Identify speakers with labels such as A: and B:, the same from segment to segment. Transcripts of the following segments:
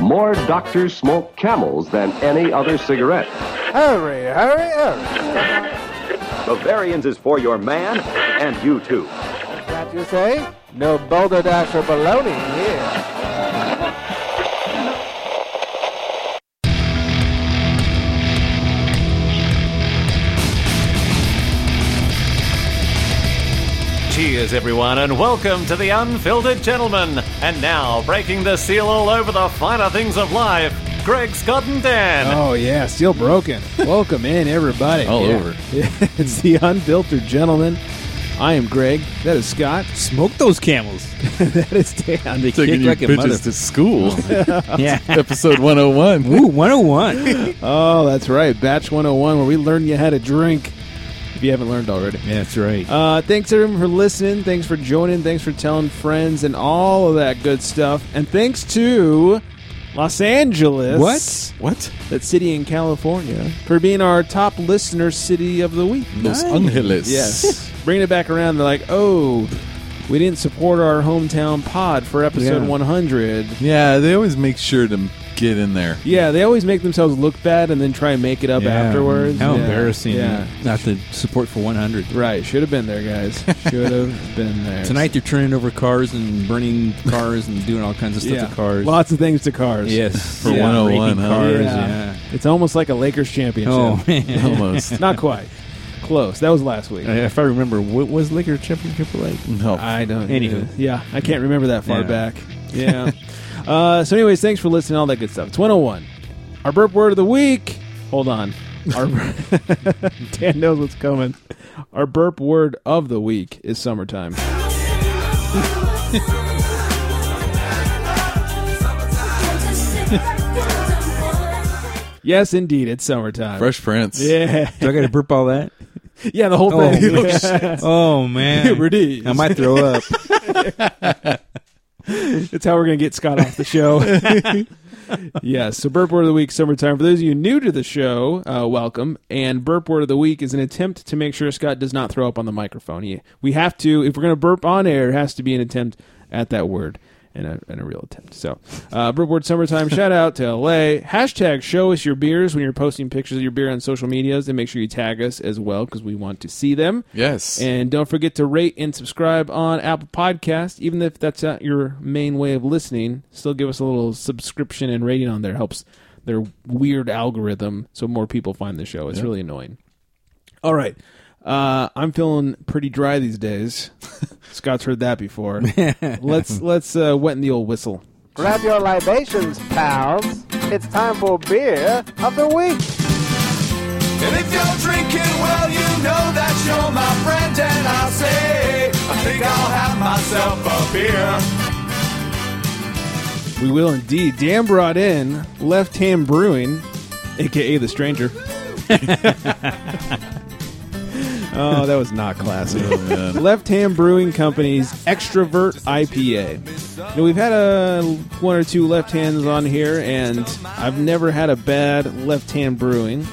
A: more doctors smoke camels than any other cigarette.
B: Hurry, hurry, hurry.
C: Bavarians is for your man and you too.
B: That you say? No boulder dash or baloney here.
D: Cheers, everyone, and welcome to The Unfiltered Gentleman. And now, breaking the seal all over the finer things of life, Greg, Scott, and Dan.
E: Oh yeah, still broken. Welcome in everybody.
F: All
E: Yeah.
F: over.
E: It's the unfiltered gentleman. I am Greg. That is Scott.
F: Smoke those camels.
E: that is Dan. They kick
F: Taking your
E: like a
F: bitches
E: mother.
F: to school.
E: Yeah.
F: Episode 101.
E: Ooh, 101. oh, that's right. Batch 101, where we learn you how to drink. If you haven't learned already.
F: That's right.
E: Uh, thanks everyone for listening. Thanks for joining. Thanks for telling friends and all of that good stuff. And thanks to Los Angeles.
F: What? What?
E: That city in California for being our top listener city of the week.
F: Los Angeles.
E: Yes. Bringing it back around, they're like, oh, we didn't support our hometown pod for episode
F: Yeah.
E: 100.
F: Yeah, they always make sure to get in there.
E: Yeah, they always make themselves look bad and then try and make it up afterwards.
G: How
E: Yeah.
G: embarrassing!
E: Yeah.
G: Not the support for 100.
E: Right. Should have been there, guys. Should have been there.
G: Tonight they're turning over cars and burning cars and doing all kinds of stuff
E: yeah.
G: to cars.
E: Lots of things to cars.
G: yes,
F: For
G: Yeah.
F: 101,
G: Raking
F: huh?
G: cars.
E: Yeah.
G: Yeah.
E: It's almost like a Lakers championship.
G: Oh man.
F: Almost.
E: Not quite. Close. That was last week.
G: If I remember, what was liquor championship like?
F: no.
E: I don't.
G: Anywho.
E: Yeah, I can't remember that far
G: Yeah.
E: back. Yeah. uh, so, anyways, thanks for listening. All that good stuff. It's 101. Our burp word of the week. Hold on. Our Dan knows what's coming. Our burp word of the week is summertime. Yes, indeed, it's summertime.
F: Fresh Prince.
E: Yeah,
G: Do I got to burp all that?
E: yeah, the whole
G: Oh,
E: thing.
G: oh,
E: Yeah.
G: Oh man,
E: Puberty.
G: I might throw up.
E: That's how we're going to get Scott off the show. yeah, so Burp Word of the Week, summertime. For those of you new to the show, uh, welcome. And Burp Word of the Week is an attempt to make sure Scott does not throw up on the microphone. He, we have to, if we're going to burp on air, it has to be an attempt at that word and a, and a real attempt. So, uh, Burp Word Summertime, shout out to LA. Hashtag show us your beers when you're posting pictures of your beer on social medias. And make sure you tag us as well because we want to see them.
F: Yes.
E: And don't forget to rate and subscribe on Apple Podcast. Even if that's not your main way of listening, still give us a little subscription and rating on there. Helps their weird algorithm so more people find the show. It's really annoying. All right. Uh, I'm feeling pretty dry these days. Scott's heard that before. let's let's uh, wet in the old whistle.
B: Grab your libations, pals. It's time for beer of the week.
H: And if you're drinking, well, you know that you're my friend, and I say, I think I'll have myself a beer.
E: We will indeed. Dan brought in Left Hand Brewing, aka The Stranger. oh, that was not classic. Left Hand Brewing Company's Extrovert IPA. Now, we've had a one or two left hands on here, and I've never had a bad left hand brewing.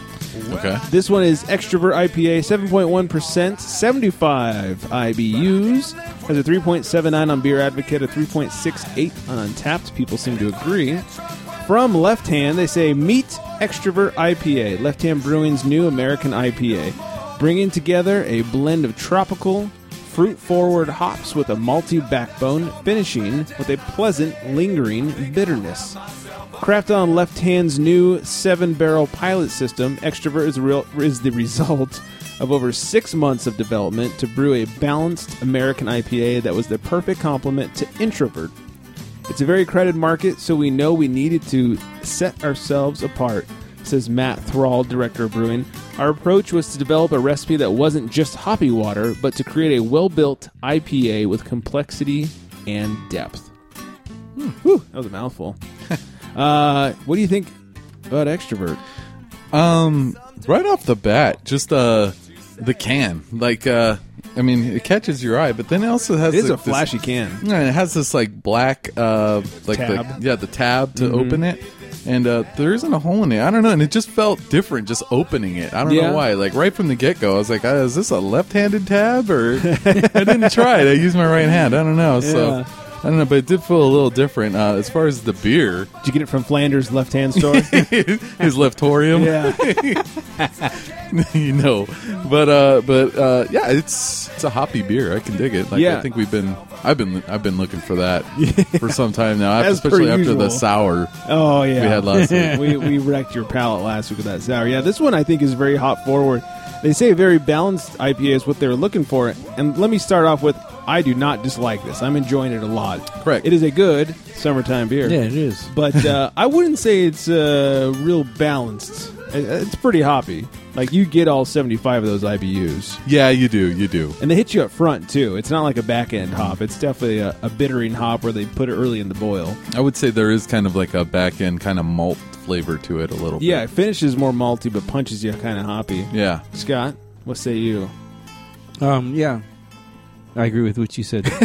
F: okay.
E: This one is Extrovert IPA, 7.1%, 75 IBUs, has a 3.79 on Beer Advocate, a 3.68 on Untapped. People seem to agree. From Left Hand, they say Meet Extrovert IPA, Left Hand Brewing's new American IPA, bringing together a blend of tropical, fruit forward hops with a malty backbone, finishing with a pleasant, lingering bitterness. Craft on Left Hand's new seven barrel pilot system, Extrovert is, real, is the result of over six months of development to brew a balanced American IPA that was the perfect complement to Introvert. It's a very crowded market, so we know we needed to set ourselves apart, says Matt Thrall, director of brewing. Our approach was to develop a recipe that wasn't just hoppy water, but to create a well built IPA with complexity and depth. Hmm. Whew, that was a mouthful. Uh, what do you think about extrovert?
F: Um, right off the bat, just uh, the can. Like, uh, I mean, it catches your eye, but then it also has like, this-
E: can.
F: Yeah, and it has this like black, uh, like
E: Tab. Mm-hmm.
F: the yeah the tab to open it, and uh, there isn't a hole in it. I don't know, and it just felt different just opening it. I don't
E: Yeah.
F: know why. Like right from the get go, I was like, uh, is this a left handed tab or? I didn't try it. I used my right hand. I don't know. So I don't know, but it did feel a little different. Uh, as far as the beer,
E: Did you get it from Flanders' left hand store?
F: his leftorium,
E: yeah.
F: you know. But uh, but uh, yeah, it's it's a hoppy beer. I can dig it. Like,
E: Yeah.
F: I think we've been I've been I've been looking for that for some time now,
E: As per
F: especially after the
E: usual.
F: sour.
E: Oh yeah,
F: we had last week.
E: we, we wrecked your palate last week with that sour. Yeah, this one I think is very hop forward. They say a very balanced IPA is what they're looking for. And let me start off with I do not dislike this. I'm enjoying it a lot.
F: Correct.
E: It is a good summertime beer.
G: is.
E: But uh, I wouldn't say it's uh, real balanced. It- It's pretty hoppy. Like you get all 75 of those IBUs.
F: Yeah, you do, you do.
E: And they hit you up front too. It's not like a back end hop. It's definitely a, a bittering hop where they put it early in the boil.
F: I would say there is kind of like a back end kind of malt flavor to it a little
E: Yeah, it
F: bit.
E: finishes more malty but punches you kind of hoppy.
F: Yeah.
E: Scott, what say you?
G: Um, yeah. I agree with what you said.
F: I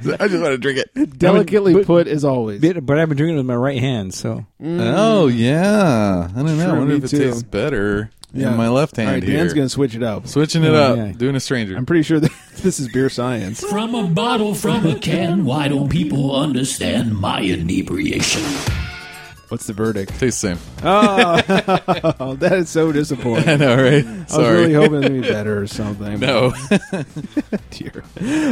F: just want to drink it.
E: Delicately
G: but-
E: put as always.
G: Bit- but I've been drinking with my right hand, so.
F: Oh yeah. I don't know. I
E: Sure,
F: wonder
E: me
F: if it
E: too.
F: tastes better in my left hand
E: All right,
F: here.
E: Dan's going to switch it up.
F: Switching it
G: Yeah,
F: up,
G: yeah.
F: doing a stranger.
E: I'm pretty sure that this is beer science.
I: From a bottle, from a can, why don't people understand my inebriation?
E: What's the verdict?
F: tastes the same.
E: Oh, that is so disappointing.
F: I know, right?
E: I was
F: Sorry.
E: really hoping it would be better or something.
F: no.
E: Dear.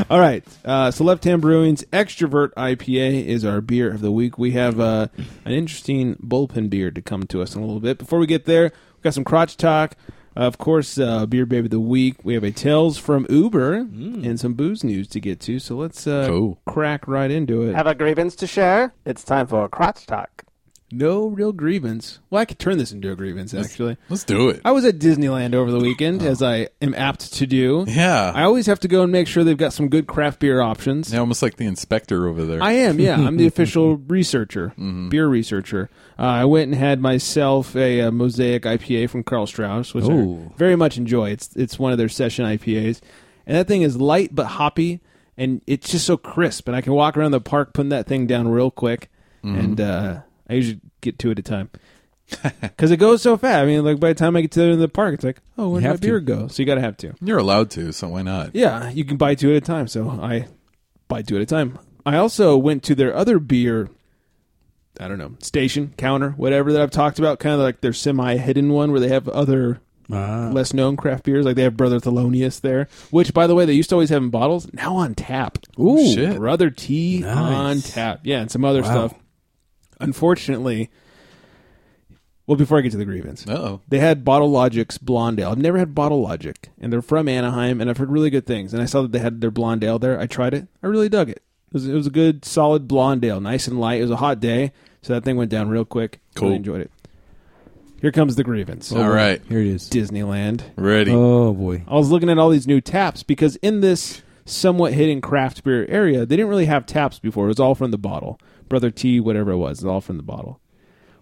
E: All right. Uh, so, Left Hand Brewing's Extrovert IPA is our beer of the week. We have uh, an interesting bullpen beer to come to us in a little bit. Before we get there, we've got some crotch talk. of course, uh, Beer Baby of the Week. We have a Tales from Uber and some booze news to get to. So, let's uh,
F: Mm. Cool.
E: crack right into it.
B: Have a grievance to share? It's time for a crotch talk.
E: no real grievance. Well, I could turn this into a grievance, actually.
F: Let's do it.
E: I was at Disneyland over the weekend, as I am apt to do.
F: Oh. Yeah.
E: I always have to go and make sure they've got some good craft beer options.
F: Yeah, almost like the inspector over there.
E: I am, yeah. I'm the official researcher,
G: Mm-hmm.
E: beer researcher. Uh, I went and had myself a, uh mosaic IPA from Carl Strauss, which
G: Ooh.
E: I very much enjoy. It's it's one of their session IPAs, and that thing is light but hoppy, and it's just so crisp. And I can walk around the park putting that thing down real quick,
G: Mm-hmm.
E: and uh, I usually get two at a time. Because it goes so fast. I mean, like by the time I get to the end of the park, it's like, oh, where did my
G: have to.
E: beer go? So you got to have two.
F: You're allowed to, so why not?
E: Yeah, you can buy two at a time. So I buy two at a time. I also went to their other beer, I don't know, station, counter, whatever that I've talked about, kind of like their semi hidden one where they have other less known craft beers. Like they have Brother Thelonious there, which, by the way, they used to always have in bottles, now on tap.
F: Ooh, shit.
E: Brother T
G: Nice.
E: on tap. Yeah, and some other stuff. Unfortunately, well, before I get to the grievance,
F: Uh-oh.
E: they had Bottle Logic's Blonde Ale. I've never had Bottle Logic, and they're from Anaheim, and I've heard really good things. And I saw that they had their Blonde Ale there. I tried it. I really dug it. It was, it was a good, solid Blonde Ale, nice and light. It was a hot day, so that thing went down real quick.
F: Cool.
E: Really enjoyed it. Here comes the grievance.
F: All right.
G: Here it is.
E: Disneyland.
F: Ready.
E: Uh,
G: Oh, boy.
E: I was looking at all these new taps because in this somewhat hidden craft beer area, they didn't really have taps before. It was all from the bottle. Brother T, whatever it was, it's all from the bottle.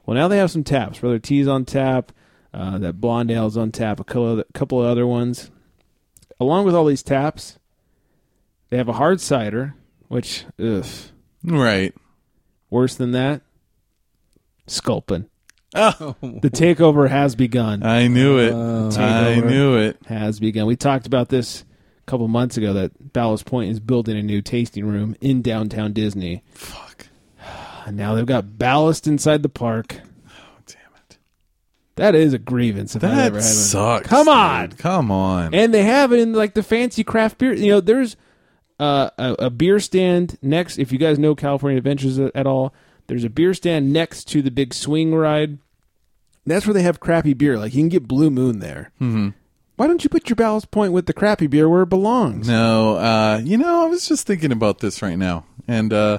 E: Well, now they have some taps. Brother T's on tap. Uh, that Blonde Ale's on tap. A couple of, couple of other ones. Along with all these taps, they have a hard cider, which, ugh,
F: Right.
E: worse than that, Sculpin. Oh. The takeover has begun
F: I knew it.
E: uh,
F: I knew it.
E: has begun. We talked about this a couple months ago that Ballast Point is building a new tasting room in downtown Disney.
F: Fuck.
E: And now they've got ballast inside the park.
F: Oh, Damn it.
E: That is a grievance if I've
F: That
E: ever had one.
F: sucks.
E: Come on!
F: dude. Come on.
E: And they have it in like the fancy craft beer. You know, there's uh, a, a beer stand next. If you guys know California Adventures a- at all, there's a beer stand next to the big swing ride. That's where they have crappy beer. Like you can get Blue Moon there. Mm-hmm. Why don't you put your Ballast Point with the crappy beer where it belongs?
F: No, uh, you know, I was just thinking about this right now, and uh,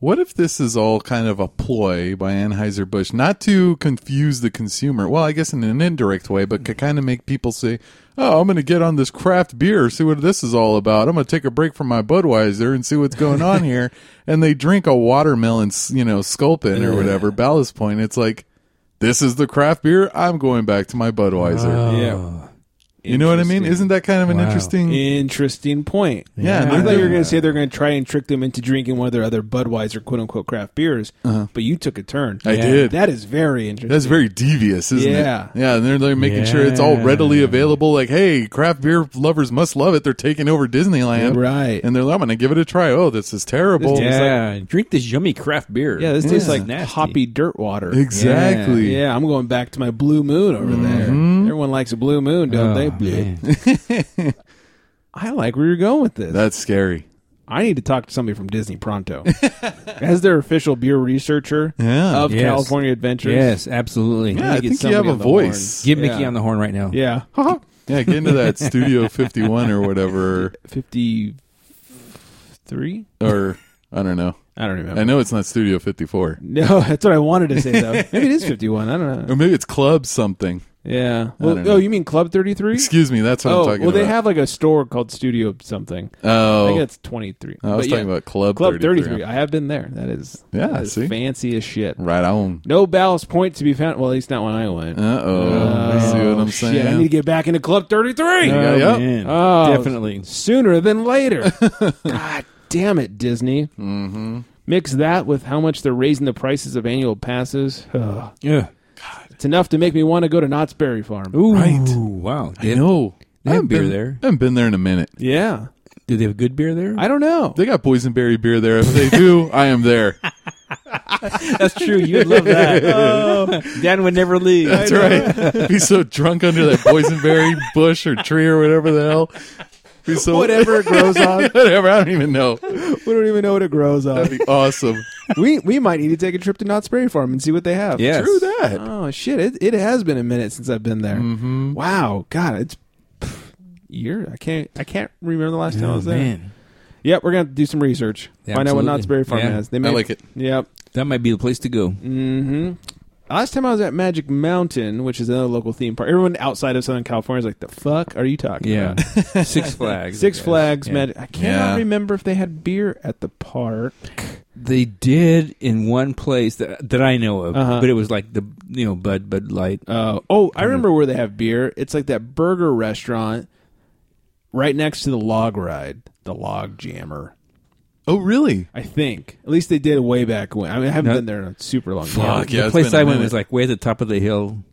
F: what if this is all kind of a ploy by Anheuser Busch, not to confuse the consumer? Well, I guess in an indirect way, but to kind of make people say, "Oh, I'm going to get on this craft beer, see what this is all about. I'm going to take a break from my Budweiser and see what's going on here." And they drink a watermelon, s- you know, Sculpin or whatever Ballast Point. It's like. This is the craft beer. I'm going back to my Budweiser.
E: Yeah.
F: You know what I mean?
E: Interesting.
F: Isn't that kind of an interesting?
E: Interesting point.
F: Yeah,
E: I thought you were
F: yeah.
E: going to say they're going to try and trick them into drinking one of their other Budweiser "quote unquote" craft beers, but you took a turn.
F: Uh-huh. I did.
E: That is very interesting.
F: That's very devious, isn't
E: Yeah.
F: it? Yeah. And they're, they're making sure it's all
G: Yeah.
F: readily available. Like, hey, craft beer lovers must love it. They're taking over Disneyland.
E: Right.
F: And they're like, I'm going to give it a try. Oh, this is terrible.
E: This tastes
G: Yeah, drink this yummy craft beer.
E: yeah, this tastes like
G: Nasty.
E: hoppy dirt water.
F: Exactly. Mm-hmm.
E: Yeah, I'm going back to my blue moon over there. Everyone likes a blue moon,
F: Oh,
E: don't they? Blue. I like where you're going with this.
F: That's scary.
E: I need to talk to somebody from Disney pronto, as their official beer researcher
F: Yeah.
E: of
G: Yes.
E: California Adventures.
G: Yes, absolutely.
F: Yeah, I
G: Get
F: think you
G: somebody
F: have a
G: on the horn.
F: voice.
G: Give
E: Yeah.
G: Mickey on the horn right now.
E: Yeah.
F: Yeah, get into that Studio 51 or whatever.
E: 53?
F: Or, I don't know.
E: I don't remember.
F: I know it's not Studio 54.
E: No, that's what I wanted to say though. Maybe it is 51. I don't know.
F: Or maybe it's Club something.
E: Yeah.
F: don't
E: Well,
F: know.
E: oh, you mean Club 33?
F: Excuse me. That's what
E: oh,
F: I'm talking
E: well,
F: about.
E: they have like a store called Studio something. I think
F: Oh.
E: that's 23.
F: I was
E: But
F: talking
E: yeah,
F: about Club,
E: Club 33.
F: 33.
E: I have been there. That is
F: Yeah,
E: that is
F: see?
E: fancy as shit.
F: Right on.
E: No ballast point to be found. Well, at least not when I went.
F: Uh oh. See what I'm saying?
E: Shit, I need to get back into Club 33
F: Yeah,
G: Oh,
F: yep.
G: man.
E: Oh,
G: Definitely.
E: sooner than later. God damn it, Disney. Mm-hmm. Mix that with how much they're raising the prices of annual passes. Ugh.
G: Yeah.
E: It's enough to make me want to go to Knott's Berry Farm.
G: Ooh,
F: Right.
G: Wow.
F: I know.
G: They
F: I
G: have
F: haven't
G: beer
F: been,
G: there.
F: I haven't been there in a minute.
E: Yeah.
G: Do they have good beer there?
E: I don't know.
F: They got boysenberry beer there. If they do, I am there.
G: That's true. You'd love that. Oh. Dan would never leave.
F: That's right. Be so drunk under that boysenberry bush or tree or whatever the hell. Be so
E: Whatever it grows on.
F: whatever. I don't even know.
E: We don't even know what it grows on.
F: That'd be awesome.
E: we we might need to take a trip to Knott's Berry Farm and see what they have.
G: Yes.
F: True that.
E: Oh shit! It, it has been a minute since I've been there. Mm-hmm. Wow, God, it's pff, year. I can't I can't remember the last time I
G: Oh,
E: was there.
G: man.
E: Yep, we're gonna do some research.
G: Yeah,
E: Find out what
G: absolutely.
E: Knott's Berry Farm
G: Yeah.
E: has. They
F: I like it.
E: Yep.
G: That might be the place to go.
E: Mm-hmm. Last time I was at Magic Mountain, which is another local theme park. Everyone outside of Southern California is like, "The fuck are you talking
G: Yeah.
E: about?"
G: Six Flags.
E: Six
G: I guess.
E: Flags
G: Yeah.
E: Magic. I cannot
F: Yeah.
E: remember if they had beer at the park.
G: They did in one place that that I know of,
E: Uh-huh.
G: but it was like the you know Bud Bud Light.
E: Uh, oh,
G: Mm.
E: I remember where they have beer. It's like that burger restaurant right next to the log ride, the log jammer.
F: Oh, really?
E: I think. At least they did way back when. I, mean, I haven't
G: No.
E: been there in a super long
F: Fuck.
E: time.
F: yeah,
G: the
F: it's
G: place
F: been a
G: I went
F: minute.
G: was like way at the top of the hill.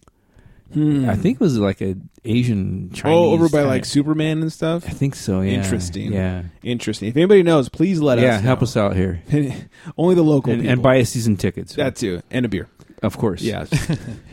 G: I think it was like a Asian Chinese.
E: Oh, over by
G: kinda-
E: like Superman and stuff.
G: I think so. Yeah.
E: Interesting.
G: Yeah.
E: Interesting. If anybody knows, please let
G: yeah.
E: us.
G: Help
E: know.
G: us out here
E: Only the local
G: and,
E: people.
G: and buy a season ticket.
E: that too, and a beer.
G: of course.
E: Yes.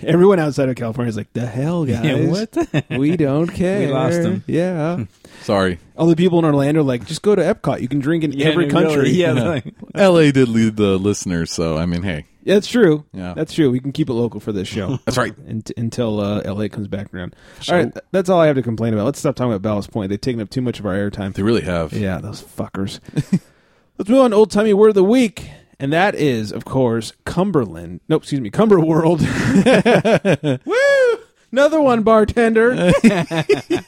E: Everyone outside of California is like, the hell, guys.
G: Yeah, what?
E: we don't care.
G: lost 'em.
E: Yeah.
F: Sorry.
E: All the people in Orlando are like, just go to Epcot. You can drink in every country.
G: Yeah.
F: LA did lead the listeners, so I mean, hey.
E: Yeah, That's true.
F: Yeah.
E: That's true. We can keep it local for this show.
F: That's right.
E: Unt- until uh, LA comes back around. All right, th- that's all I have to complain about. Let's stop talking about Ballast Point. They've taken up too much of our airtime.
F: They really have.
E: Yeah, those fuckers. Let's move on to old timey word of the week. And that is, of course, Cumberland. Nope, excuse me, Cumberworld. Woo! Another one, bartender.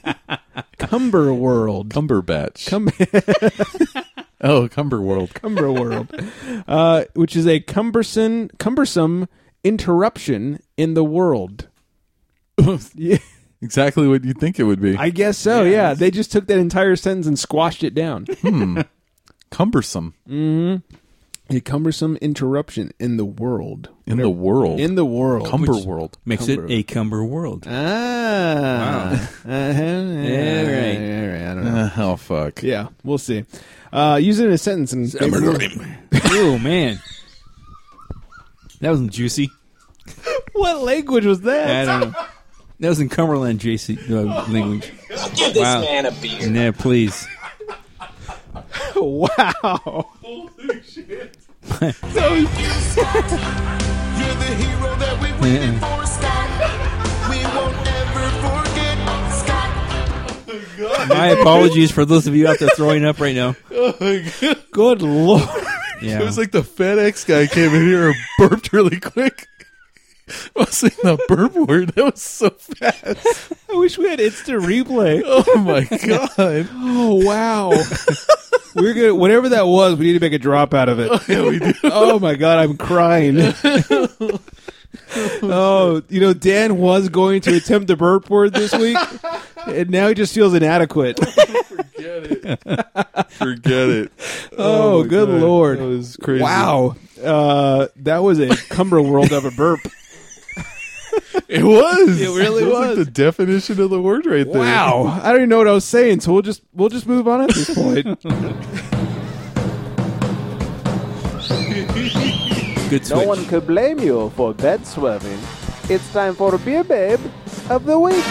E: Cumberworld.
F: Cumberbatch.
E: Cum-
F: oh, Cumberworld.
E: Cumberworld, uh, which is a cumbersome, cumbersome interruption in the world. Yeah,
F: Exactly what you'd think it would be.
E: I guess so. Yeah. they just took that entire sentence and squashed it down.
F: Cumbersome
E: a cumbersome interruption in the world.
F: in the world.
E: In the world.
F: Cumberworld.
G: Makes
E: Cumber-
G: it a Cumber world.
E: ah. Uh-huh.
G: Yeah,
E: All
G: right.
E: all right, I don't know.
F: Uh, oh, fuck.
E: Yeah, we'll see. Uh, use it in a sentence and
G: oh man, that was juicy.
E: what language was
G: I
E: that?
G: don't know. That was in Cumberland, JC uh, language. Give this man a beer. Yeah, please.
E: Wow.
H: You're the hero that we waited for, Scott. We won't ever forget, Scott.
G: My apologies for those of you out there throwing up right now.
E: Good lord.
G: Yeah.
F: It was like the FedEx guy came in here and burped really quick. I was saying the burp word. That was so fast.
E: I wish we had instant replay.
F: Oh my god!
E: Oh wow. We're gonna whatever that was, we need to make a drop out of it.
F: Yeah, we do.
E: Oh my god, I'm crying. oh, you know, Dan was going to attempt the burp word this week, and now he just feels inadequate.
F: Forget it.
E: Oh,
F: my
E: good
F: God.
E: lord!
F: That was crazy.
E: Wow, uh, that was a cumberworld of a burp.
F: It was.
E: It really
F: That
E: was.
F: Like the definition of the word right there.
E: Wow, I don't even know what I was saying, so we'll just we'll just move on at this point.
G: Good switch.
B: No one could blame you for bed swerving. It's time for Beer Babe of the Week.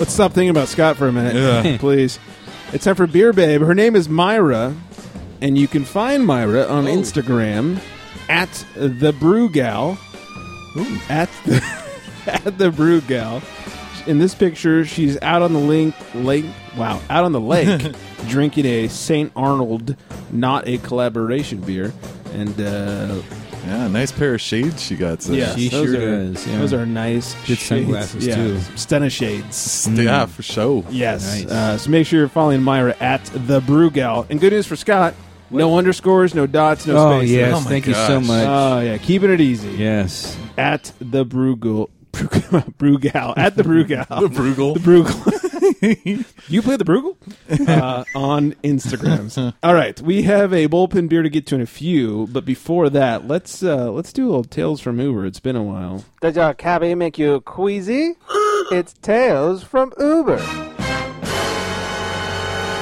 E: Let's stop thinking about Scott for a minute,
F: Yeah.
E: please. It's time for Beer Babe. Her name is Myra, and you can find Myra
B: Oh.
E: on Instagram at the Brew Gal. At the, at the Brew Gal. In this picture, she's out on the link, lake. Wow, out on the lake, drinking a Saint Arnold, not a collaboration beer, and uh,
F: Yeah, nice pair of shades she got. So.
E: yes,
G: she
E: those
G: sure
E: are,
G: is, yeah.
E: Those are nice.
G: Good
E: shades.
G: sunglasses,
E: yeah.
G: too.
E: Stena shades.
F: Yeah, for sure.
E: Yes.
G: Nice.
E: Uh, so make sure you're following Myra at the Brew Gal. And good news for Scott: no underscores, no dots, no
G: oh
E: spaces.
G: yes,
F: Oh, my
G: thank you so
F: gosh.
G: much.
E: Oh yeah, keeping it easy.
G: yes,
E: At the Brew Gal, Brew Gal, at the Brew Gal,
F: The Brugal.
E: the Brew Gal. you play the Brugal uh, on Instagrams. All right, we have a bullpen beer to get to in a few, but before that, let's uh, let's do a little tales from Uber. It's been a while.
B: Does your cabbie make you queasy? It's Tales from Uber.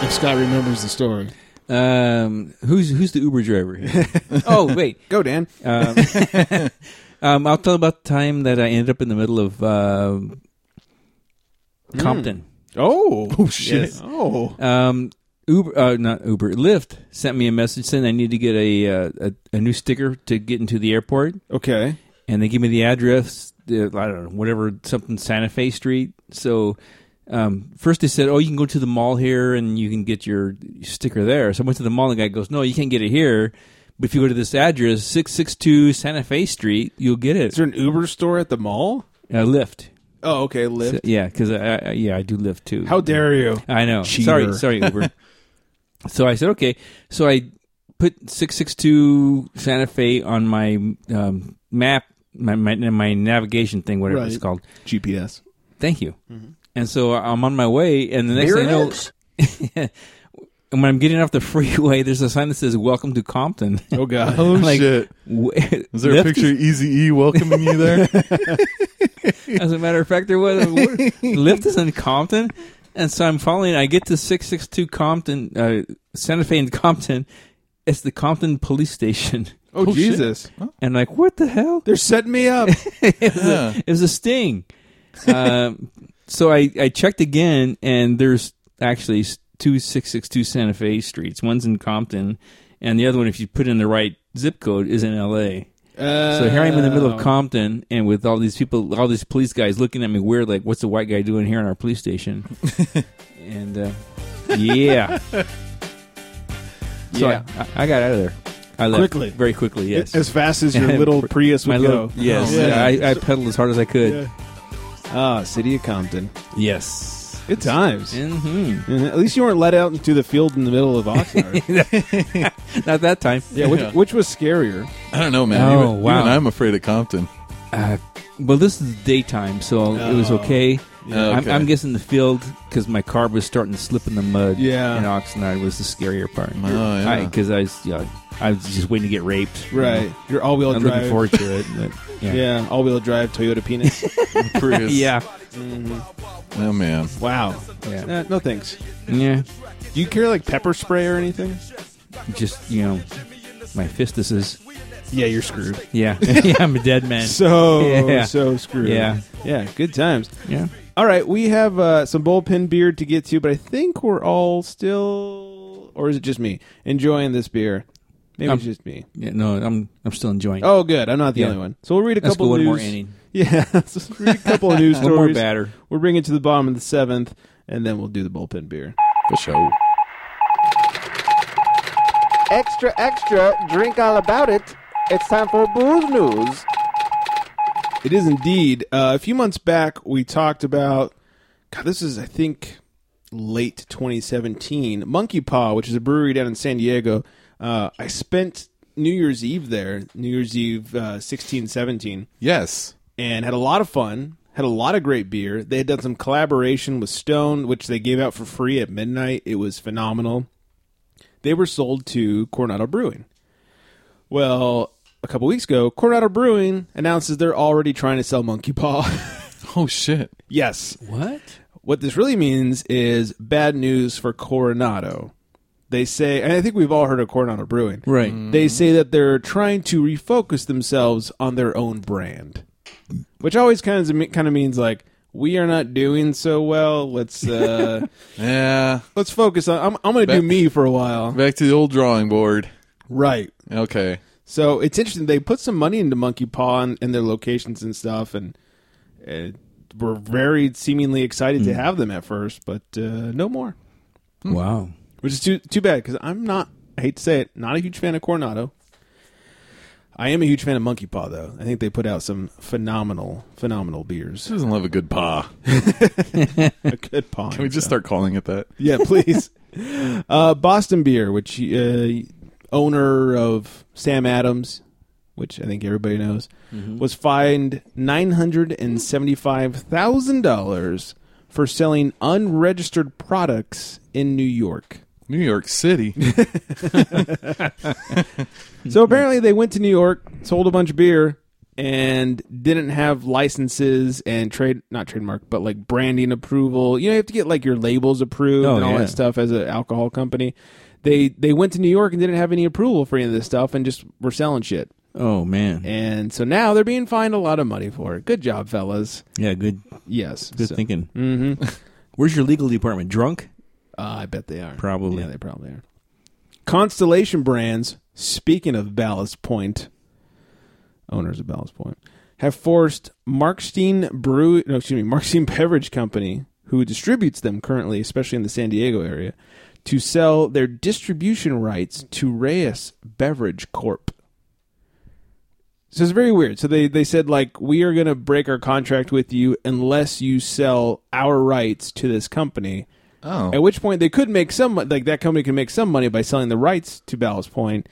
E: If Scott remembers the story,
G: um, who's who's the Uber driver? Here? oh wait,
E: go Dan.
G: um, um, I'll tell about the time that I ended up in the middle of uh,
F: Hmm.
G: Compton.
E: Oh, oh shit.
G: Yes.
E: Oh,
G: Um, Uber, uh, not Uber, Lyft sent me a message saying I need to get a, uh, a a new sticker to get into the airport,
E: okay.
G: and they give me the address. The, I don't know, whatever, something Santa Fe Street. So. Um, first they said, "Oh, you can go to the mall here and you can get your sticker there." So I went to the mall and the guy goes, "No, you can't get it here, but if you go to this address, six six two Santa Fe Street, you'll get it."
E: Is there an Uber store at the mall?
G: Uh, Lyft.
E: Oh, okay. Lyft.
G: So- yeah, because I, I yeah I do Lyft too.
E: How dare you?
G: I know.
E: Cheater.
G: Sorry, sorry, Uber. so I said okay. So I put six six two Santa Fe on my um, map, my, my my navigation thing, whatever it's
E: Right.
G: called.
E: GPS.
G: Thank you.
F: Mm-hmm.
G: And so I'm on my way, and the next thing I know, and when I'm getting off the freeway, there's a sign that says "Welcome to Compton."
E: Oh god.
F: Oh
G: Like-
F: shit! Is there a picture of Easy E welcoming you there?
G: As a matter of fact, there was Lyft is in Compton, and so I'm following. I get to six six two Compton, uh, Santa Fe and Compton. It's the Compton police station,
E: Oh, Jesus.
G: and like, what the hell?
E: They're setting me up.
G: It was, a, it was a sting. um, so I I checked again, and there's actually s- two six six two Santa Fe streets. One's in Compton, and the other one, if you put in the right zip code, is in L.A. So here I am in the middle
E: Oh.
G: of Compton, and with all these people, all these police guys looking at me weird, like, "What's the white guy doing here in our police station?" and uh, yeah, so
E: Yeah.
G: I, I got out of there. I left
E: Quickly.
G: very quickly. Yes,
E: as fast as your little Prius
G: my
E: would
G: little,
E: go.
G: yes,
E: Yeah.
G: I, I pedaled as hard as I could.
E: Yeah. Ah, city of Compton.
G: Yes.
E: Good times.
G: hmm
E: And at least you weren't let out into the field in the middle of Oxnard.
G: Not that time.
E: yeah, which, which was scarier?
F: I don't know, man.
G: Oh,
F: even,
G: wow.
F: even I'm afraid of Compton.
G: Uh, well, this is daytime, so it
E: Oh.
G: was okay. I'm,
F: Okay.
G: I'm guessing the field because my car was starting to slip in the mud.
E: Yeah.
G: and Oxnard was the scarier part.
F: Oh, yeah.
G: because I, was, yeah, I was just waiting to get raped. you know.
E: Right. Your all wheel
G: I'm
E: drive.
G: looking forward to it. but, yeah.
E: yeah, all wheel drive Toyota Penis.
F: Prius.
G: yeah,
F: Oh man.
E: wow.
G: Yeah.
E: Uh, no thanks.
G: Yeah.
E: Do you carry like pepper spray or anything?
G: Just you know, my fistuses.
E: Yeah, you're screwed.
G: Yeah, yeah, I'm a dead man.
E: So
G: Yeah.
E: so screwed.
G: Yeah.
E: Yeah, good times.
G: yeah,
E: All right, we have uh, some bullpen beer to get to, but I think we're all still, or is it just me enjoying this beer? Maybe
G: Um,
E: it's just me.
G: yeah. No, I'm I'm still enjoying. it.
E: Oh, good, I'm not the
G: Yeah.
E: only one. So we'll read a
G: Let's go
E: couple
G: one
E: news.
G: more inning.
E: Yeah, let's just read a couple of news
G: One
E: stories.
G: more batter.
E: We'll bring it to the bottom of the seventh, and then we'll do the bullpen beer.
F: For sure.
B: Extra, extra, drink all about it. It's time for booze news.
E: It is indeed. Uh, a few months back, we talked about. God, this is I think late 2017. Monkey Paw, which is a brewery down in San Diego. Uh, I spent New Year's Eve there, New Year's Eve uh, 16, 17,
F: Yes.
E: and had a lot of fun. Had a lot of great beer. They had done some collaboration with Stone, which they gave out for free at midnight. It was phenomenal. They were sold to Coronado Brewing. Well, a couple weeks ago, Coronado Brewing announces they're already trying to sell Monkey Paw.
F: Oh shit!
E: yes,
G: What?
E: what this really means is bad news for Coronado. They say, and I think we've all heard of Coronado Brewing.
G: Right.
E: They say that they're trying to refocus themselves on their own brand, which always kind of kind of means like we are not doing so well. Let's uh,
F: Yeah,
E: let's focus on. I'm, I'm going to do me for a while.
F: Eh, back to the old drawing board.
E: Right.
F: Okay,
E: So it's interesting. They put some money into Monkey Paw and, and their locations and stuff, and, and were very seemingly excited to have them at first, but uh, no more.
G: Mm-hmm. Wow.
E: which is too too bad because I'm not. I hate to say it, not a huge fan of Coronado. I am a huge fan of Monkey Paw, though. I think they put out some phenomenal, phenomenal beers.
F: who doesn't love a good paw?
E: a good paw.
F: Can we just start calling it that?
E: Yeah, please. uh, Boston Beer, which uh, owner of Sam Adams, which I think everybody knows,
F: Mm-hmm.
E: was fined nine hundred and seventy-five thousand dollars for selling unregistered products in New York.
F: New York City.
E: So apparently they went to New York, sold a bunch of beer, and didn't have licenses and trade not trademark, but like branding approval. You know, you have to get like your labels approved
G: Oh,
E: and all
G: yeah.
E: that stuff as an alcohol company. They they went to New York and didn't have any approval for any of this stuff and just were selling shit.
G: Oh man.
E: And so now they're being fined a lot of money for it. Good job, fellas.
G: Yeah. Good.
E: Yes.
G: Good
E: So-
G: thinking. Mm-hmm. Where's your legal department? Drunk?
E: Uh, I bet they are.
G: Probably.
E: Yeah, they probably are. Constellation Brands, speaking of Ballast Point, owners of Ballast Point, have forced Markstein Brew, no, excuse me, Markstein Beverage Company, who distributes them currently, especially in the San Diego area, to sell their distribution rights to Reyes Beverage Corp. So it's very weird. So they, they said like we are gonna break our contract with you unless you sell our rights to this company.
F: Oh,
E: At which point they could make some mon- like that company can make some money by selling the rights to Ballast Point,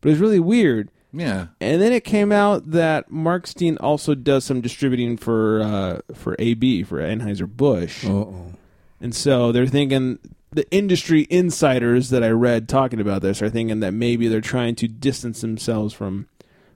E: but it was really weird.
F: yeah.
E: And then it came out that Markstein also does some distributing for uh, for AB for Anheuser Busch,
G: Oh.
E: and so they're thinking the industry insiders that I read talking about this are thinking that maybe they're trying to distance themselves from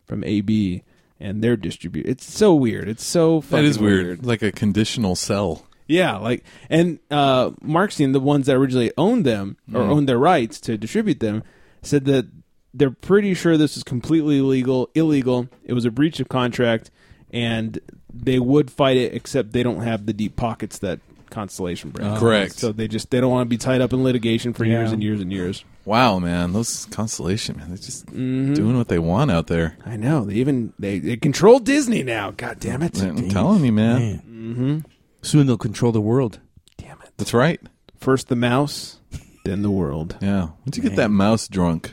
E: from AB and their distribute. It's so weird. It's so fucking
F: That is weird.
E: weird.
F: Like a conditional sell.
E: Yeah, like and uh Markstein, the ones that originally owned them or owned their rights to distribute them, said that they're pretty sure this is completely legal, illegal. It was a breach of contract, and they would fight it, except they don't have the deep pockets that Constellation brand. has.
F: Correct.
E: So they just they don't want to be tied up in litigation for years
G: Yeah.
E: and years and years.
F: Wow, man, those constellation man, they're just doing what they want out there.
E: I know. They even they, they control Disney now. God damn it!
F: I'm telling you, man.
G: Man. Mm-hmm. Soon they'll control the world.
E: Damn it!
F: That's right.
E: First the mouse, then the world.
F: Yeah. Once you get that mouse drunk,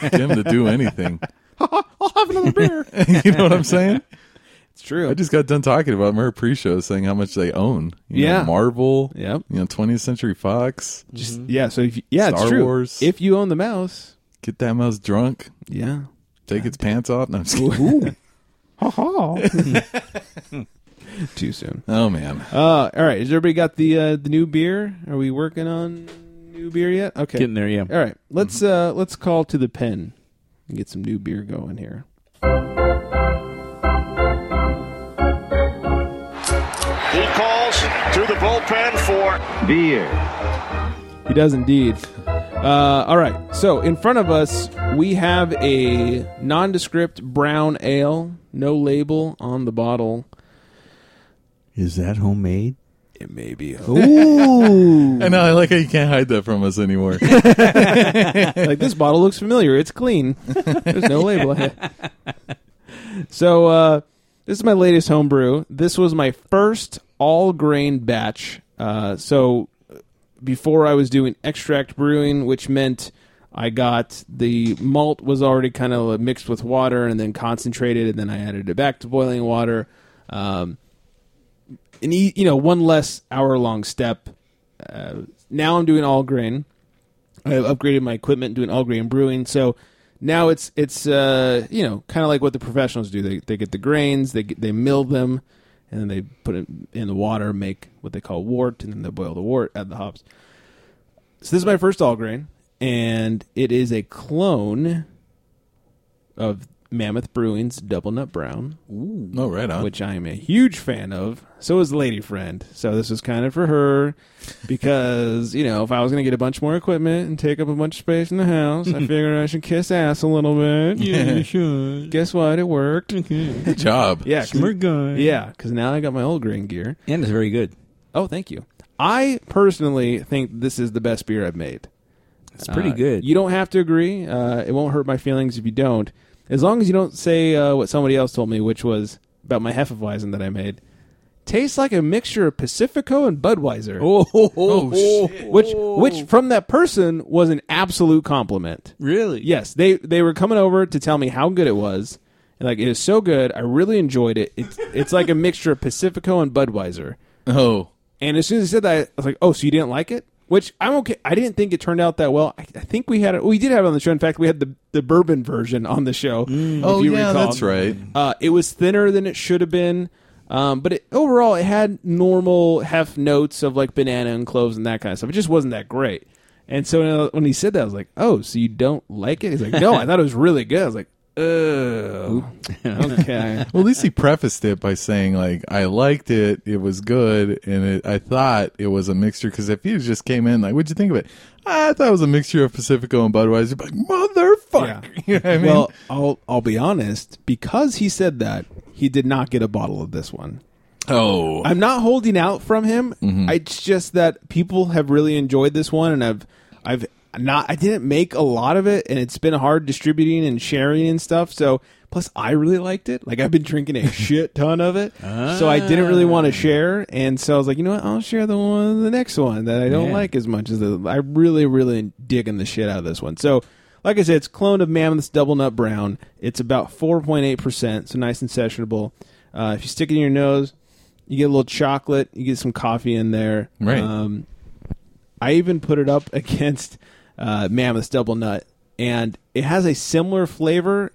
F: get him to do anything.
E: I'll have another beer.
F: you know what I'm saying?
E: it's true.
F: I just got done talking about my pre-show saying how much they own. You know,
E: Yeah.
F: Marvel.
E: Yep.
F: You know, 20th Century Fox.
E: Just yeah. So if you, yeah,
F: Star
E: it's true.
F: Wars.
E: If you own the mouse,
F: Get that mouse drunk.
E: yeah.
F: Take its pants off. No, I'm just kidding.
E: Too soon.
F: Oh man.
E: Uh, all right. Has everybody got the uh, the new beer? Are we working on new beer yet? Okay.
G: Getting there, yeah.
E: All right. Let's uh let's call to the pen and get some new beer going here.
J: He calls to the bullpen for
E: He does indeed. Uh, all right. So in front of us we have a nondescript brown ale, no label on the bottle.
G: Is that homemade?
E: It may be
G: Ooh.
F: I know. I like how you can't hide that from us anymore.
E: like this bottle looks familiar. It's clean. There's no label. on it. So uh, this is my latest homebrew. This was my first all grain batch. Uh, so before I was doing extract brewing, which meant I got the malt was already kind of mixed with water and then concentrated, and then I added it back to boiling water. Um, and e- you know, one less hour long step. Uh, now I'm doing all grain. I've upgraded my equipment doing all grain brewing. So Now it's it's uh, you know kind of like what the professionals do. They they get the grains, they get, they mill them, and then they put it in the water, make what they call wort, and then they boil the wort, add the hops. So this is my first all grain, and it is a clone of Mammoth Brewing's Double Nut Brown,
F: Oh, right on.
E: which I am a huge fan of. So is Lady Friend. So this was kind of for her because, you know, if I was going to get a bunch more equipment and take up a bunch of space in the house, I figured I should kiss ass a little bit.
G: Yeah, you should.
E: Guess what? It worked.
G: Okay.
F: Good job.
E: Yeah. 'cause-
G: Smart guy.
E: Yeah, because now I got my old green gear.
G: And it's very good.
E: Oh, thank you. I personally think this is the best beer I've made.
G: It's pretty
E: Uh,
G: good.
E: You don't have to agree. Uh, it won't hurt my feelings if you don't, as long as you don't say uh, what somebody else told me, which was about my Hefeweizen that I made. Tastes like a mixture of Pacifico and Budweiser,
G: oh, oh,
E: which which from that person was an absolute compliment.
G: really?
E: Yes, they they were coming over to tell me how good it was. And like it is so good, I really enjoyed it. It's it's like a mixture of Pacifico and Budweiser.
F: Oh,
E: And as soon as he said that, I was like, "Oh, so you didn't like it?" Which I'm okay. I didn't think it turned out that well. I, I think we had it. We did have it on the show. In fact, we had the, the bourbon version on the show. if
F: oh
E: you
F: yeah,
E: recall.
F: that's right.
E: Uh, it was thinner than it should have been, um, but it, overall, it had normal hef notes of like banana and cloves and that kind of stuff. It just wasn't that great. And so uh, when he said that, I was like, "Oh, so you don't like it?" He's like, "No, I thought it was really good." I was like, "Oh, okay."
F: Well, at least he prefaced it by saying like, "I liked it. It was good, and it, I thought it was a mixture." Because if you just came in like, "What'd you think of it?" "Ah, I thought it was a mixture of Pacifico and Budweiser. But motherfucker,
E: Yeah.
F: you know what I mean?
E: Well, I'll I'll be honest. Because he said that, he did not get a bottle of this one.
F: oh, Mm-hmm.
E: I'm not holding out from him. It's just that people have really enjoyed this one, and I've I've not I didn't make a lot of it, and it's been hard distributing and sharing and stuff. So plus, I really liked it. Like I've been drinking a shit ton of it, so I didn't really
F: Ah.
E: want to share. And so I was like, you know what? I'll share the one, the next one that I don't
G: Yeah.
E: like as much as the. I really, really digging the shit out of this one. So. Like I said, it's clone of Mammoth's Double Nut Brown. It's about 4.8%, so nice and sessionable. Uh, if you stick it in your nose, you get a little chocolate. You get some coffee in there.
F: Right.
E: Um, I even put it up against uh, Mammoth's Double Nut, and it has a similar flavor.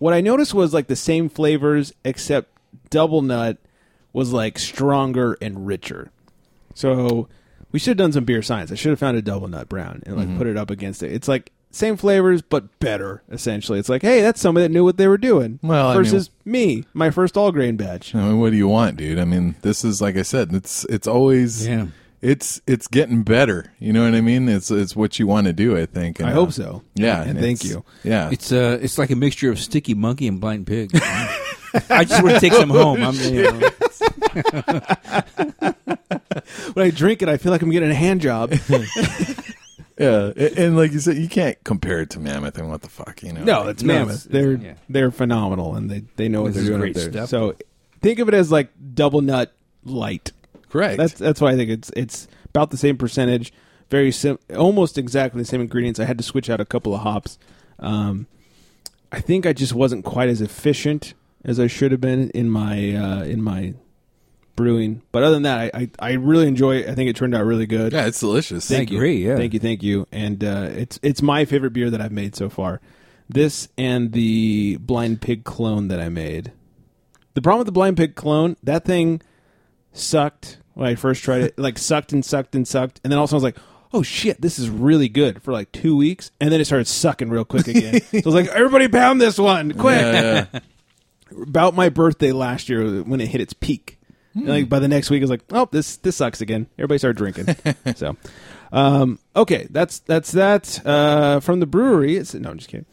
E: What I noticed was like the same flavors, except Double Nut was like stronger and richer. So we should have done some beer science. I should have found a double nut brown and
F: Mm-hmm.
E: like put it up against it. It's like same flavors but better essentially. It's like, hey, that's somebody that knew what they were doing.
F: Well, I mean-
E: versus me, my first all grain batch.
F: I mean, what do you want, dude? I mean, this is like I said, it's it's always
G: Yeah.
F: it's it's getting better. You know what I mean? It's it's what you want to do. I think. And,
E: I
F: uh,
E: hope so.
F: Yeah,
E: and
F: it's-
E: thank you.
F: Yeah,
G: It's uh, it's like a mixture of sticky monkey and blind pig. I just want to take some home. I'm, you know.
E: When I drink it, I feel like I'm getting a hand job.
F: yeah, and, and like you said, you can't compare it to Mammoth. And what the fuck, you know?
E: no, it's
G: No,
E: mammoth.
G: it's-
E: they're
G: yeah.
E: they're phenomenal and they they know what
G: This
E: they're doing
G: is great
E: up there.
G: stuff.
E: So think of it as like double nut light.
F: correct.
E: That's that's why I think it's it's about the same percentage, very sim- almost exactly the same ingredients. I had to switch out a couple of hops. Um, I think I just wasn't quite as efficient as I should have been in my uh, in my brewing. But other than that, I, I I really enjoy it. I think it turned out really good.
F: yeah, it's delicious.
G: Thank I agree, yeah.
E: Thank you, thank you. And uh, it's it's my favorite beer that I've made so far. This and the blind pig clone that I made. The problem with the blind pig clone, that thing sucked when I first tried it. like sucked and sucked and sucked, and then also I was like, "Oh shit, this is really good" for like two weeks, and then it started sucking real quick again. so I was like, "Everybody pound this one, quick!"
F: Yeah, yeah.
E: About my birthday last year when it hit its peak. And like by the next week, I was like, "Oh, this this sucks again." Everybody started drinking. so, um, okay, that's that's that uh, from the brewery. It's, no, I'm just kidding.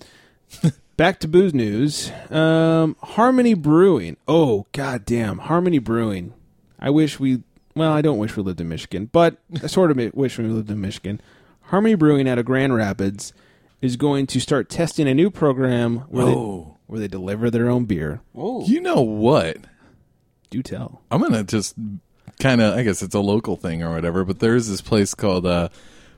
E: Back to booze news. Um, Harmony Brewing. Oh, goddamn, Harmony Brewing. I wish we. Well, I don't wish we lived in Michigan, but I sort of mi- wish we lived in Michigan. Harmony Brewing out of Grand Rapids is going to start testing a new program where they, where they deliver their own beer.
F: you know what?
E: Do tell.
F: I'm gonna just kind of. I guess it's a local thing or whatever. But there's this place called uh,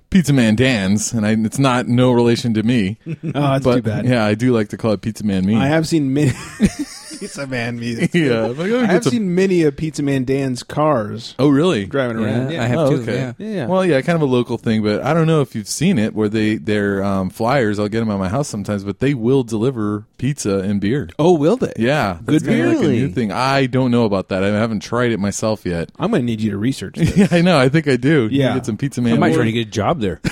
F: Pizza Man Dan's, and I, it's not no relation to me.
E: Oh, that's
F: but
E: too bad.
F: yeah, I do like to call it Pizza Man Me.
E: I have seen many. Pizza Man music.
F: Yeah, I'm like, oh,
E: I have
F: it's a-
E: seen many of Pizza Man Dan's cars
F: Oh, really?
E: driving around.
G: I have
F: oh,
G: too.
F: okay.
G: Yeah.
E: Yeah.
F: Well, yeah, kind of a local thing, but I don't know if you've seen it where they their um, flyers. I'll get them at my house sometimes, but they will deliver pizza and beer.
E: Oh, will they?
F: Yeah,
E: Good
F: that's kinda like a
E: really?
F: new thing. I don't know about that. I haven't tried it myself yet.
E: I'm going to need you to research this.
F: Yeah, I know. I think I do. You
E: Yeah.
F: get some pizza man.
G: I might
F: Or-
G: try to get a job there.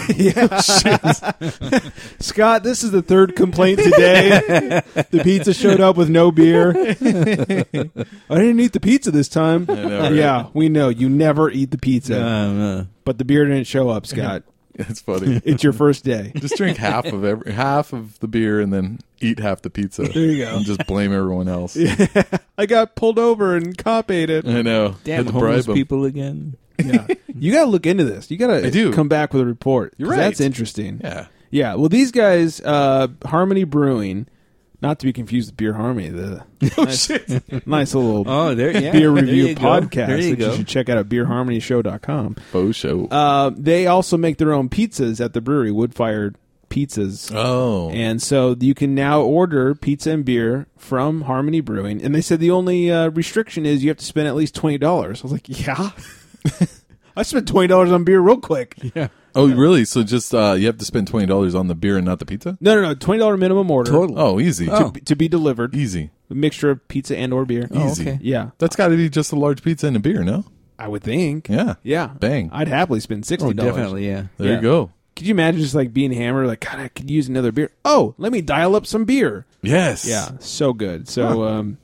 E: Scott, this is the third complaint today. the pizza showed up with no beer. I didn't eat the pizza this time.
F: know, right?
E: Yeah, we know. You never eat the pizza.
G: Um, uh,
E: but the beer didn't show up, Scott.
F: That's funny.
E: It's your first day.
F: just drink half of every half of the beer and then eat half the pizza. There
E: you go.
F: And just blame everyone else.
E: I got pulled over and cop ate it.
F: I know.
G: damn
F: Had to
G: homeless
F: bribe 'em.
G: people again.
E: Yeah. You got to look into this. You got
F: I
E: to
F: do.
E: come back with a report. 'cause
F: You're right.
E: That's interesting.
F: Yeah.
E: Yeah. Well, these guys, uh, Harmony Brewing, not to be confused with Beer Harmony, the
F: Oh,
E: nice, nice little
G: Oh, there. Yeah,
E: beer
G: There
E: review
G: you go.
E: podcast
G: There you
E: that
G: go.
E: you should check out at beerharmonyshow.com.
F: Faux show.
E: Uh, they also make their own pizzas at the brewery, wood fired pizzas.
F: oh.
E: And so you can now order pizza and beer from Harmony Brewing. And they said the only uh, restriction is you have to spend at least $20. I was like, yeah. I spent $20 on beer real quick.
F: oh, really? So just uh, you have to spend twenty dollars on the beer and not the pizza?
E: No, no, no. $20 minimum order
F: Oh, easy.
E: to, to be delivered.
F: Easy.
E: A mixture of pizza and or beer.
F: Easy.
G: Oh, okay.
E: Yeah.
F: That's got to be just a large pizza and a beer, no?
E: I would think.
F: Yeah.
E: Yeah.
F: Bang.
E: I'd happily spend $60.
G: Oh, definitely. Yeah.
F: there
E: yeah.
F: you go.
E: Could you imagine just like being hammered? Like, God, I could use another beer. Oh, let me dial up some beer.
F: Yes.
E: Yeah, so good. So, um,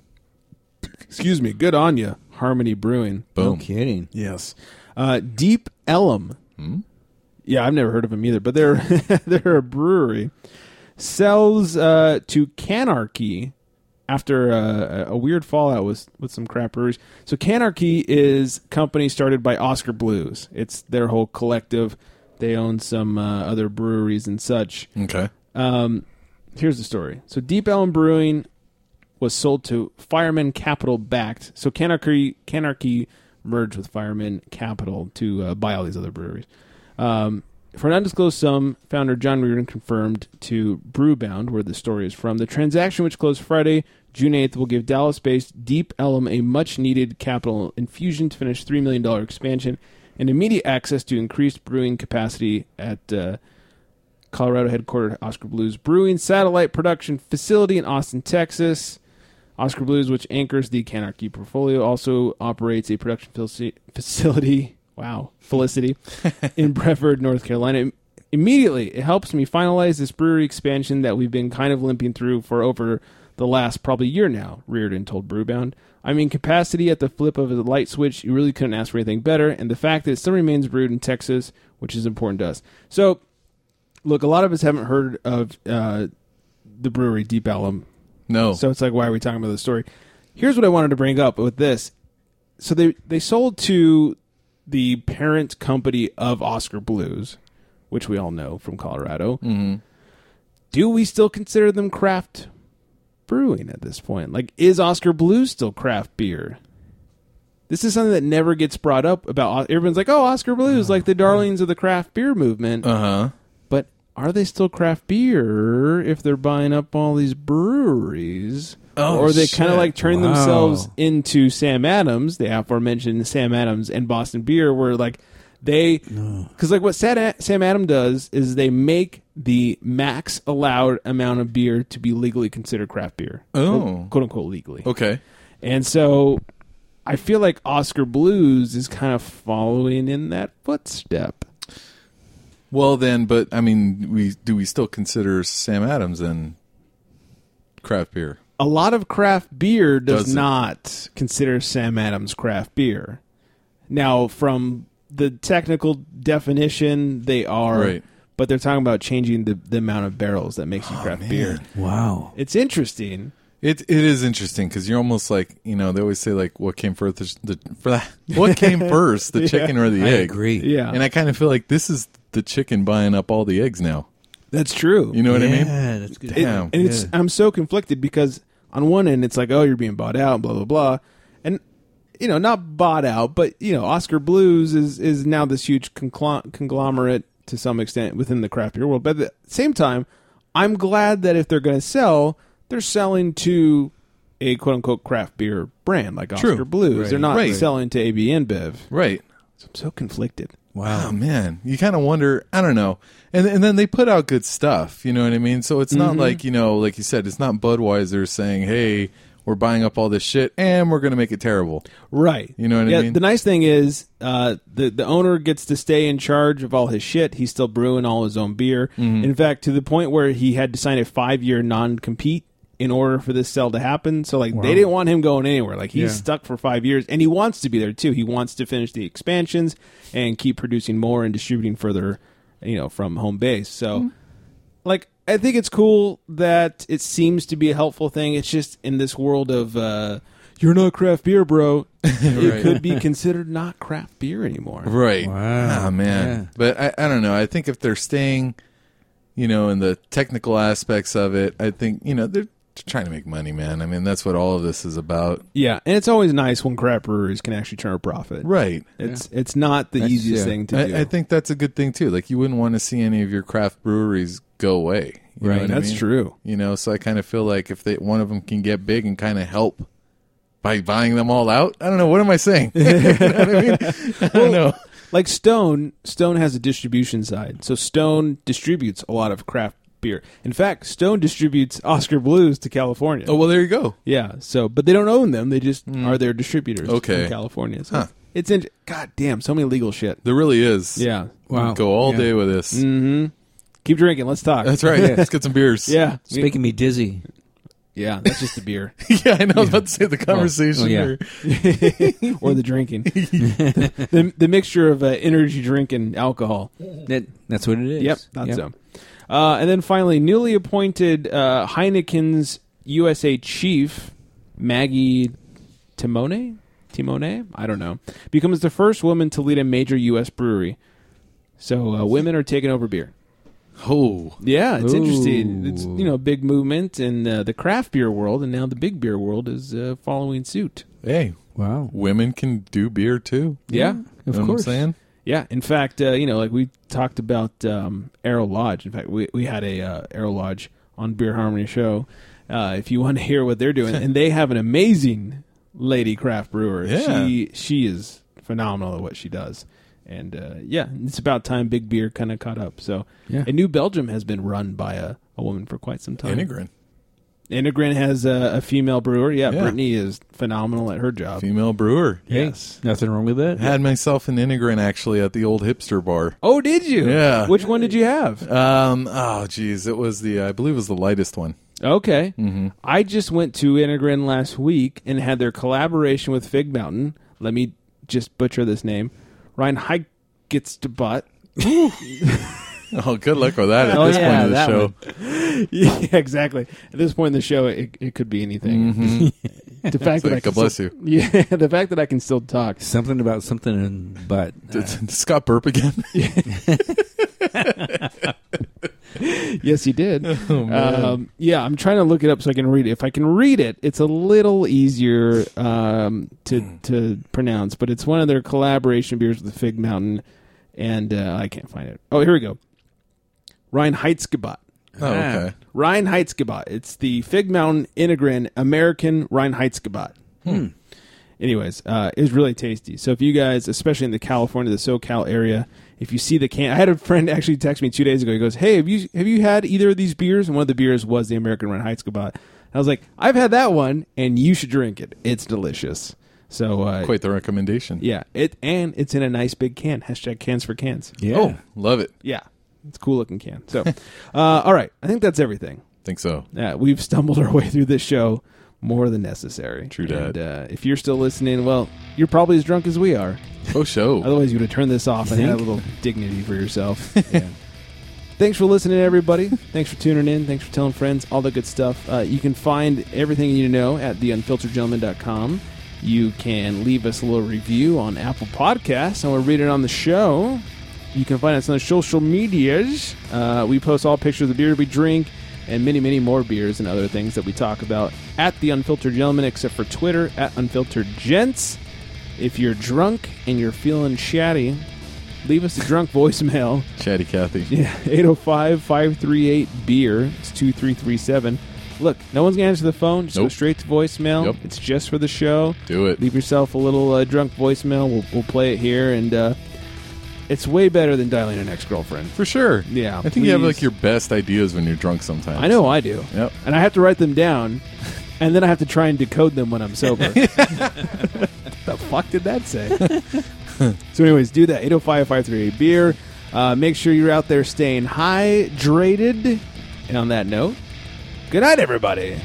E: excuse me. Good on you, Harmony Brewing.
G: No
F: Boom.
G: kidding.
E: Yes, uh, Deep Ellum. Yeah, I've never heard of them either, but they're they're a brewery. Sells uh, to Canarchy after uh, a- a weird fallout with with some crap breweries. So Canarchy is a company started by Oscar Blues. It's their whole collective. They own some uh, other breweries and such
F: Okay.
E: here's the story. So Deep Elm Brewing was sold to Fireman Capital backed. So Canarchy Canarchy merged with Fireman Capital to uh, buy all these other breweries. Um, for an undisclosed sum, founder John Reardon confirmed to Brewbound, where the story is from, the transaction, which closed Friday, June 8th, will give Dallas based Deep Elm a much needed capital infusion to finish $3 million expansion and immediate access to increased brewing capacity at uh, Colorado headquartered Oscar Blues Brewing satellite production facility in Austin, Texas. Oscar Blues, which anchors the Canarchy portfolio, also operates a production faci- facility. Wow, Felicity in Brevard, North Carolina. Immediately, it helps me finalize this brewery expansion that we've been kind of limping through for over the last probably year now. Reardon told Brewbound, "I'm in capacity at the flip of a light switch. You really couldn't ask for anything better, and the fact that it still remains brewed in Texas, which is important to us." So look, a lot of us haven't heard of uh, the brewery Deep Ellum,
F: No.
E: so it's like, why are we talking about this story? Here's what I wanted to bring up with this. So they they sold to the parent company of Oscar Blues, which we all know from Colorado. Mm-hmm. Do we still consider them craft brewing at this point? Like, is Oscar Blues still craft beer? This is something that never gets brought up about. Everyone's like, "Oh, Oscar Blues, like the
F: Uh-huh.
E: darlings of the craft beer movement."
F: uh huh.
E: But are they still craft beer if they're buying up all these breweries?
F: Oh,
E: or are they
F: shit.
E: kind of like turning
G: Wow.
E: themselves into Sam Adams, the aforementioned Sam Adams and Boston Beer, where like they, because like what Sad- Sam Adam does is they make the max allowed amount of beer to be legally considered craft beer,
F: Oh.
E: quote unquote legally.
F: Okay.
E: And so I feel like Oscar Blues is kind of following in that footstep.
F: Well then, but I mean, we do we still consider Sam Adams and craft beer?
E: a lot of craft beer does
F: Doesn't.
E: not consider Sam Adams craft beer. Now, from the technical definition, they are,
F: Right.
E: but they're talking about changing the, the amount of barrels that makes you craft beer.
G: Wow.
E: It's interesting.
F: It it is interesting because you're almost like you know they always say like what came first the, the for that what came first the chicken or the
G: I
F: egg?
G: agree.
E: Yeah,
F: And I kind of feel like this is the chicken buying up all the eggs now.
E: that's true.
F: You know what I mean?
G: Yeah, that's good.
E: It-
F: Damn.
E: and it's
G: Yeah.
E: I'm so conflicted because on one end it's like, oh, you're being bought out, blah blah blah, and you know, not bought out, but you know, Oscar Blues is is now this huge conclo- conglomerate to some extent within the craft beer world. But at the same time, I'm glad that if they're going to sell, they're selling to a quote unquote craft beer brand like
F: True.
E: Oscar Blues. They're not
F: Right.
E: selling to AB InBev.
F: Right.
E: So I'm so conflicted.
F: Wow, Ah, man, you kind of wonder. I don't know, and and then they put out good stuff. You know what I mean? So it's not like you know, like you said, it's not Budweiser saying, "Hey, we're buying up all this shit and we're going to make it terrible."
E: Right.
F: You know what I
E: yeah,
F: mean?
E: The nice thing is uh, the the owner gets to stay in charge of all his shit. He's still brewing all his own beer.
F: Mm-hmm.
E: In fact, to the point where he had to sign a five year non compete in order for this sale to happen. So like they didn't want him going anywhere. Like he's
G: Yeah.
E: stuck for five years, and he wants to be there too. He wants to finish the expansions and keep producing more and distributing further. You know, from home base. So like I think it's cool that it seems to be a helpful thing. It's just in this world of uh, you're not craft beer, bro. It
F: Right.
E: could be considered not craft beer anymore.
F: Right.
G: Wow.
F: Ah, man.
G: Yeah.
F: But I, I don't know. I think if they're staying, you know, in the technical aspects of it, I think, you know, they're trying to make money, man. I mean, that's what all of this is about.
E: Yeah, and it's always nice when craft breweries can actually turn a profit.
F: Right.
E: It's it's not the easiest
G: yeah.
E: thing to do.
F: I, I think that's a good thing, too. Like, you wouldn't want to see any of your craft breweries go away. You know
E: Right,
F: what I
E: that's
F: mean?
E: true.
F: You know, so I kind of feel like if they, one of them can get big and kind of help by buying them all out, I don't know. What am I saying? You know what I mean? I don't know.
E: like Stone, Stone has a distribution side. So Stone distributes a lot of craft beer. In fact, Stone distributes Oscar Blues to California.
F: Oh, well, there you go.
E: Yeah. So, but they don't own them. They just are their distributors.
F: Mm. Okay.
E: In California. So
F: Huh.
E: It's in. God damn, so many legal shit.
F: There really is.
E: Yeah. Mm.
G: Wow.
F: Go all
G: Yeah.
F: day with this.
E: Keep drinking. Let's talk.
F: That's right. Let's get some beers.
E: Yeah.
G: It's making me dizzy.
E: yeah. That's just the beer
F: yeah, I know. I was about to say the conversation.
G: Oh, yeah.
F: here.
E: or the drinking. the, the, mixture of uh, energy drink and alcohol.
G: That, that's what it is.
E: Yep. That's so. Uh, and then finally, newly appointed uh, Heineken's USA chief, Maggie Timone? Timone? I don't know. Becomes the first woman to lead a major U.S. brewery. So uh, women are taking over beer.
F: Oh,
E: Yeah, it's interesting.
G: Ooh.
E: It's you know a big movement in uh, the craft beer world, and now the big beer world is uh, following suit.
F: hey,
G: Wow.
F: women can do beer too.
E: Yeah,
F: You
G: Of
F: know what
G: course.
F: I'm saying?
E: yeah. In fact, uh, you know, like we talked about um, Arrow Lodge. In fact, we we had a uh, Arrow Lodge on Beer Harmony show. Uh, if you want to hear what they're doing, and they have an amazing lady craft brewer.
F: Yeah.
E: She she is phenomenal at what she does. And uh, yeah, it's about time big beer kind of caught up. So,
G: Yeah.
E: and New Belgium has been run by a, a woman for quite some time.
F: Integrin.
E: Integrin has a, a female brewer. Yeah,
F: Yeah.
E: Brittany is phenomenal at her job.
F: Female brewer.
E: Yes.
G: Nothing wrong with that.
F: I had myself an Integrin actually at the old hipster bar.
E: Oh, did you?
F: Yeah.
E: Which one did you have?
F: Um. Oh, geez, it was the I believe it was the lightest one.
E: Okay.
F: Mm-hmm.
E: I just went to Integrin last week and had their collaboration with Fig Mountain. Let me just butcher this name. Ryan Hike gets to butt.
F: Oh, good luck with that at
G: Oh,
F: this
G: yeah,
F: point of the
G: that
F: show.
G: one.
E: yeah, exactly. At this point in the show, it, it could be anything. the fact that I
F: Mm-hmm. Like,
E: can
F: God bless
E: still-
F: you.
E: Yeah, the fact that I can still talk.
G: Something about something in butt.
F: Did, did Scott burp again?
E: Yes, he did. um, yeah, I'm trying to look it up so I can read it. If I can read it, it's a little easier um, to to pronounce, but it's one of their collaboration beers with the Fig Mountain, and uh, I can't find it. Oh, here we go. Rheinheitsgebot.
F: oh, okay.
E: Rheinheitsgebot. It's the Fig Mountain Integrin American Rheinheitsgebot. Anyways, uh, it was really tasty. So if you guys, especially in the California, the SoCal area, if you see the can, I had a friend actually text me two days ago. He goes, "Hey, have you have you had either of these beers?" And one of the beers was the American Rheinheitsgebot. I was like, "I've had that one, and you should drink it. It's delicious." So uh,
F: Quite the recommendation.
E: yeah, it and it's in a nice big can. Hashtag cans for cans.
G: Yeah.
F: Oh, love it.
E: Yeah, it's a cool looking can. So, uh, all right, I think that's everything.
F: Think so.
E: Uh, we've stumbled our way through this show more than necessary.
F: True
E: And,
F: dat.
E: uh, if you're still listening, well, you're probably as drunk as we are.
F: Oh, show.
E: Otherwise, you would have turned this off and had a little dignity for yourself. Thanks for listening, everybody. Thanks for tuning in. Thanks for telling friends. All the good stuff. Uh, you can find everything you know at theunfilteredgentleman.com. You can leave us a little review on Apple Podcasts, and we'll read it on the show. You can find us on the social medias. Uh, we post all pictures of the beer we drink and many, many more beers and other things that we talk about at The Unfiltered Gentleman, except for Twitter, at Unfiltered Gents. If you're drunk and you're feeling chatty, leave us a drunk voicemail. oh
F: Chatty Cathy.
E: E Yeah, 805 538 beer. It's 2337. Look, no one's gonna answer the phone. Just go
F: Nope.
E: straight to voicemail.
F: Yep.
E: It's just for the show.
F: Do it.
E: Leave yourself a little uh, drunk voicemail. We'll we'll play it here, and uh, it's way better than dialing an ex girlfriend.
F: For sure.
E: Yeah,
F: I think you have
E: please.
F: like your best ideas when you're drunk sometimes.
E: I know I do.
F: Yep.
E: And I have to write them down, and then I have to try and decode them when I'm sober. the fuck did that say? so, anyways, do that. 805 538 beer. Uh, make sure you're out there staying hydrated. And on that note, good night, everybody.